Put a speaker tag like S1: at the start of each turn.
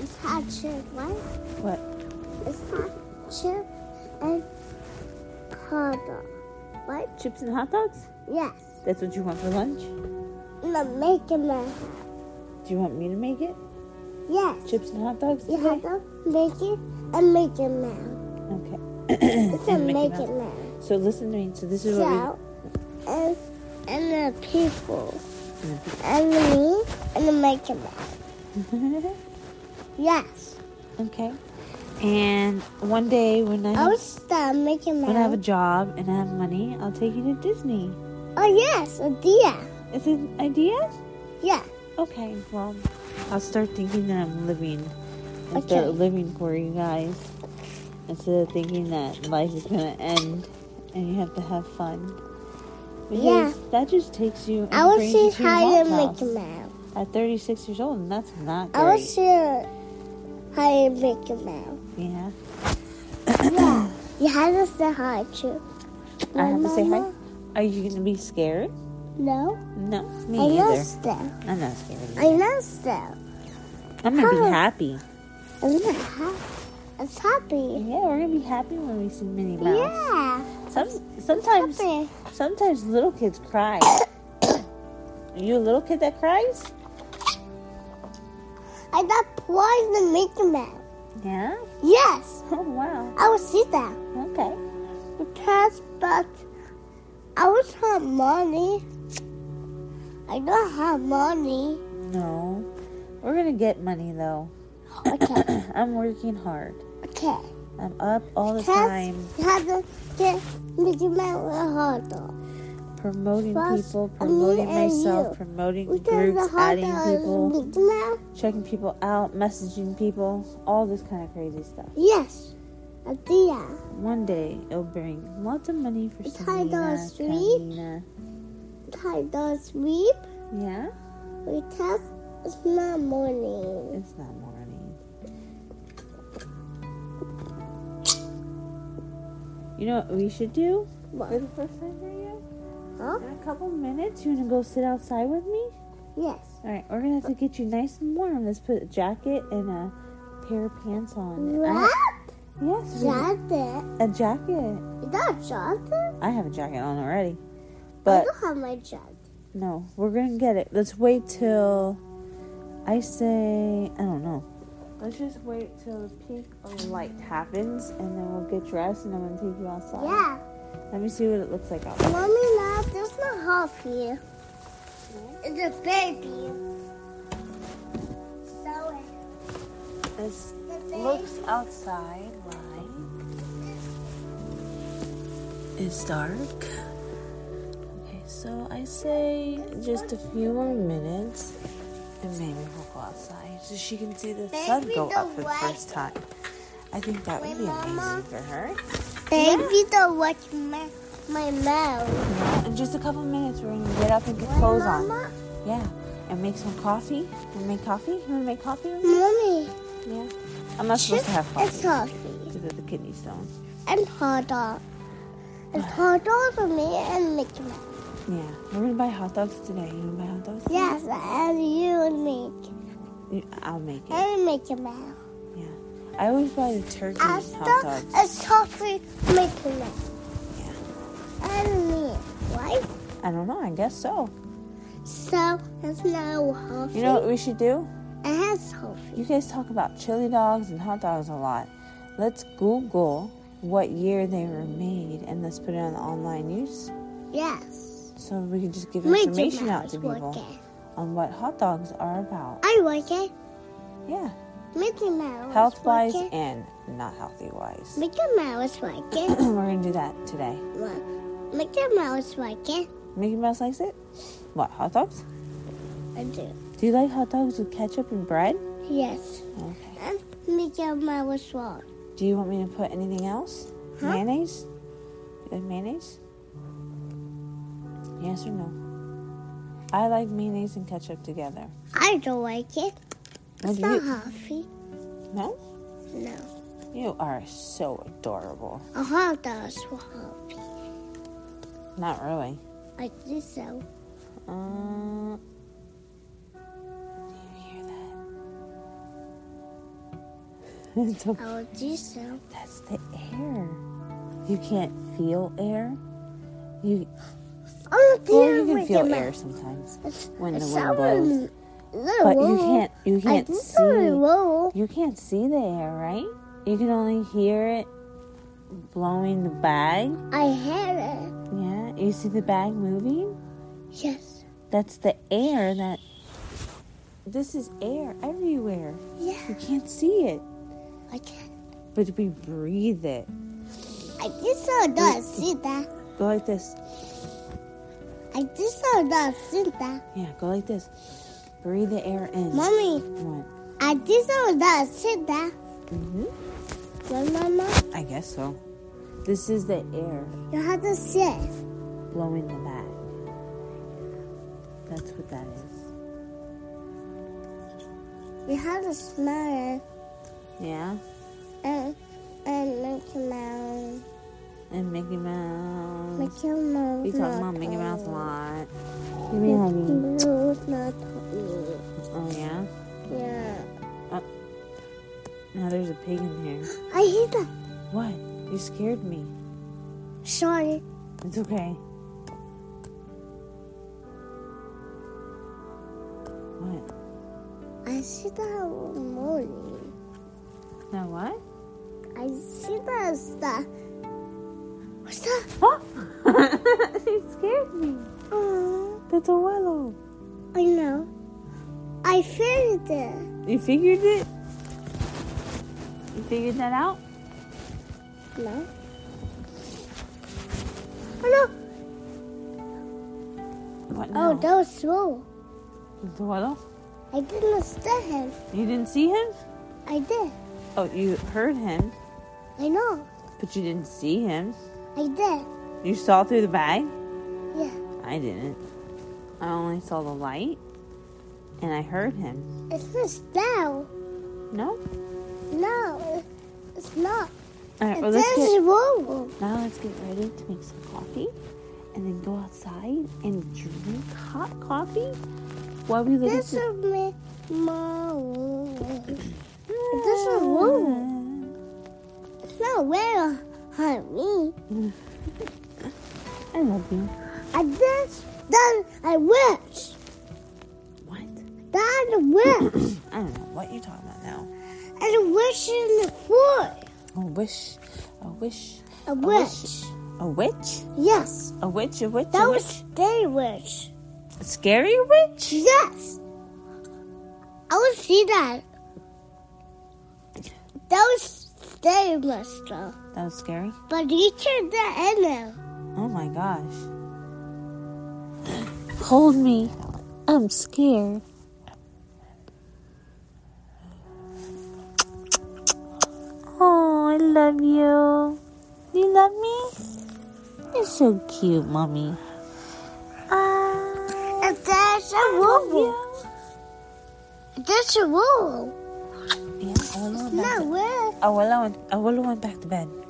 S1: chip. What?
S2: What?
S1: It's not chip and hot dog. What?
S2: Chips and hot dogs?
S1: Yes.
S2: That's what you want for lunch?
S1: No, make them a
S2: Do you want me to make it?
S1: Yes.
S2: Chips and hot dogs?
S1: You
S2: today?
S1: have to make it a make it man.
S2: Okay.
S1: It's a
S2: Make it
S1: make
S2: up.
S1: it man.
S2: So listen to me. So this is what
S1: So, and, and the people.
S2: And
S1: And me and the make it man.
S2: we.
S1: Yes.
S2: okay. And one day when I
S1: I
S2: have,
S1: was the make it man.
S2: when I Mm-hmm. have a job and I have money, I'll take you to Disney.
S1: Oh, yes, a deer.
S2: Is it an idea?
S1: Yeah.
S2: Okay. Well, I'll start thinking that I'm living. And
S1: Okay.
S2: start living for you guys instead of thinking that life is gonna end and you have to have fun. Because
S1: Yeah.
S2: that just takes you. and
S1: I will
S2: brings you
S1: see
S2: to your
S1: how you make
S2: mom's house
S1: it man.
S2: at 36 years old, and that's not
S1: I will
S2: great.
S1: see how you make it man.
S2: Yeah.
S1: Yeah. You have to say hi to.
S2: I
S1: my
S2: have to say hi.
S1: mama.
S2: Are you gonna be scared?
S1: No,
S2: No, me
S1: I know
S2: neither.
S1: stuff.
S2: I'm not scared.
S1: I
S2: Either.
S1: know stuff.
S2: I'm gonna
S1: Hi.
S2: be happy.
S1: I'm not happy. I'm happy.
S2: Yeah, we're gonna be happy when we see Minnie Mouse.
S1: Yeah.
S2: Some, sometimes,
S1: Happy.
S2: sometimes little kids cry. Are you a little kid that cries?
S1: I got poison the Mickey Mouse.
S2: Yeah.
S1: Yes,
S2: Oh wow.
S1: I will see that.
S2: Okay.
S1: Because, but I was have money. I don't have money.
S2: No, we're gonna get money though.
S1: Okay,
S2: I'm working hard.
S1: okay.
S2: I'm up all the
S1: Because
S2: time
S1: You have to get Mickey Mouse a hot dog.
S2: promoting
S1: Plus,
S2: people,
S1: me
S2: promoting
S1: and you.
S2: myself, promoting
S1: We get the
S2: groups,
S1: hot
S2: adding
S1: dog
S2: people,
S1: Mickey Mouse.
S2: checking people out, messaging people, all this kind of crazy stuff.
S1: Yes, a deer.
S2: One day it'll bring lots of money for
S1: It's hard on
S2: Selena,
S1: the street.
S2: Carmina.
S1: Tied on sweep.
S2: Yeah,
S1: We test it's not morning.
S2: it's not morning. You know what we should do for
S1: What?
S2: the first time for you?
S1: Huh?
S2: In a couple minutes, you wanna go sit outside with me?
S1: Yes.
S2: All right, we're gonna have to get you nice and warm. Let's put a jacket and a pair of pants on. I
S1: What?
S2: ha- yes, we-
S1: Jacket?
S2: a jacket.
S1: Is that a jacket?
S2: I have a jacket on already,
S1: I
S2: but
S1: don't have my jacket.
S2: no, we're gonna get it. Let's wait till I say I don't know. Let's just wait till the peak of light happens, and then we'll get dressed, and I'm gonna take you outside.
S1: Yeah.
S2: Let me see what it looks like outside.
S1: Mommy, now there's not half here. It's a baby. So
S2: This
S1: it's a baby.
S2: looks outside like it's dark. Okay, so I say just a few more minutes and maybe we'll go outside so she can see the sun
S1: Maybe
S2: go
S1: the
S2: up for the first time. I think that would be
S1: My mama-
S2: amazing for her.
S1: Baby, don't watch my, my mouth.
S2: In just a couple minutes, we're gonna get up and get
S1: My
S2: clothes on.
S1: mama-
S2: Yeah, and make some coffee. You make coffee? You wanna make coffee? with me?
S1: Mommy,
S2: Yeah. I'm not supposed to have
S1: it's
S2: coffee
S1: coffee.
S2: because of the kidney stones.
S1: and hot dog. And hot dog for me and Mickey Mouse.
S2: Yeah, we're gonna buy hot dogs today. You wanna buy hot dogs?
S1: Yes, and you and Mickey.
S2: You- I'll make it.
S1: And Mickey Mouse.
S2: Yeah, I always buy the turkey hot
S1: After
S2: dogs.
S1: a chocolate Mickey Mouse. And me, right?
S2: I don't know. I guess so.
S1: So it's now healthy.
S2: You know what we should do?
S1: it has healthy.
S2: You guys talk about chili dogs and hot dogs a lot. Let's Google what year they were made and let's put it on online use
S1: Yes.
S2: so we can just give
S1: Mickey
S2: information out
S1: Mouse
S2: to
S1: work
S2: people
S1: it.
S2: on what hot dogs are about.
S1: I work it.
S2: Yeah,
S1: Mickey Mouse.
S2: health wise
S1: work it.
S2: and not healthy wise.
S1: Mickey Mouse work
S2: we're
S1: it.
S2: gonna do that today.
S1: Mickey Mouse work it.
S2: Mickey Mouse likes it. What hot dogs?
S1: I do.
S2: Do you like hot dogs with ketchup and bread?
S1: Yes.
S2: Okay.
S1: And Mickey Mouse work.
S2: Do you want me to put anything else?
S1: Huh?
S2: Mayonnaise? You like mayonnaise? Yes or no? I like mayonnaise and ketchup together.
S1: I don't like it.
S2: What
S1: It's
S2: do
S1: not
S2: you?
S1: healthy.
S2: No?
S1: No.
S2: You are so adorable.
S1: A hot dog is for healthy.
S2: Not really.
S1: I think so.
S2: Uh, do you hear that? it's a,
S1: I will do so.
S2: that's the air. You can't feel air. You
S1: Oh,
S2: well,
S1: there
S2: you can
S1: with
S2: feel
S1: your
S2: air
S1: mouth.
S2: sometimes
S1: It's-
S2: when the
S1: it's
S2: wind
S1: sour.
S2: blows,
S1: No,
S2: but you
S1: whoa.
S2: can't you
S1: I
S2: can't
S1: did sorry,
S2: see
S1: whoa.
S2: you can't see the air, right? You can only hear it blowing the bag.
S1: I hear it.
S2: Yeah, you see the bag moving.
S1: Yes.
S2: That's the air that. This is air everywhere.
S1: Yeah.
S2: You can't see it,
S1: I can.
S2: but we breathe it.
S1: I did so not see that.
S2: Go like this.
S1: I did so not see that.
S2: Yeah, go like this. Breathe the air in.
S1: Mommy,
S2: One.
S1: I did so not see that.
S2: hmm
S1: Well, Mama,
S2: I guess so. This is the air
S1: you have to see it.
S2: blowing the bag. That's what that is.
S1: You have to smell it.
S2: Yeah.
S1: And, and Mickey Mouse.
S2: And Mickey Mouse.
S1: Mickey Mouse.
S2: we talk about Mickey Mouse a lot. You mean Huggy?
S1: Mickey Mouse not talking.
S2: Oh yeah.
S1: Yeah.
S2: Now there's a pig in here.
S1: I hate that.
S2: What? You scared me.
S1: Sorry.
S2: It's okay. What?
S1: I see that morning.
S2: Now what?
S1: I see that stuff. What's that?
S2: Oh! you scared me.
S1: Oh,
S2: That's a willow.
S1: I know. I figured it.
S2: You figured it? You figured that out?
S1: No. Oh no!
S2: What
S1: Oh,
S2: now?
S1: that was slow.
S2: the willow?
S1: I didn't stare him.
S2: You didn't see him?
S1: I did.
S2: Oh, you heard him,
S1: I know.
S2: but you didn't see him.
S1: I did.
S2: You saw through the bag?
S1: Yeah.
S2: I didn't. I only saw the light, and I heard him.
S1: It's not slow.
S2: No?
S1: No, it's not.
S2: All right, well,
S1: it's
S2: let's get...
S1: slow.
S2: Now let's get ready to make some coffee and then go outside and drink hot coffee while we look
S1: This
S2: at
S1: is me, mom.
S2: the...
S1: this is It's not well on me.
S2: Ah. I love you.
S1: I did. Then I wish.
S2: What?
S1: Then I wish.
S2: I don't know what you're talking about now.
S1: I wish in the floor.
S2: A wish. A wish.
S1: A
S2: wish.
S1: witch.
S2: A witch?
S1: Yes.
S2: A witch? A witch?
S1: That
S2: a
S1: was day witch.
S2: witch? A scary witch?
S1: Yes. I will see that. That was day master.
S2: That was scary.
S1: But he turned that in there.
S2: Oh my gosh. Hold me. I'm scared. Oh, I love you. You love me? You're so cute, mommy. Ah,
S1: And there's a
S2: I love
S1: wolf.
S2: you.
S1: There's a wolf.
S2: Yeah, Awolo went back.
S1: Not
S2: To,
S1: well.
S2: Awolo went, Awolo went back to bed.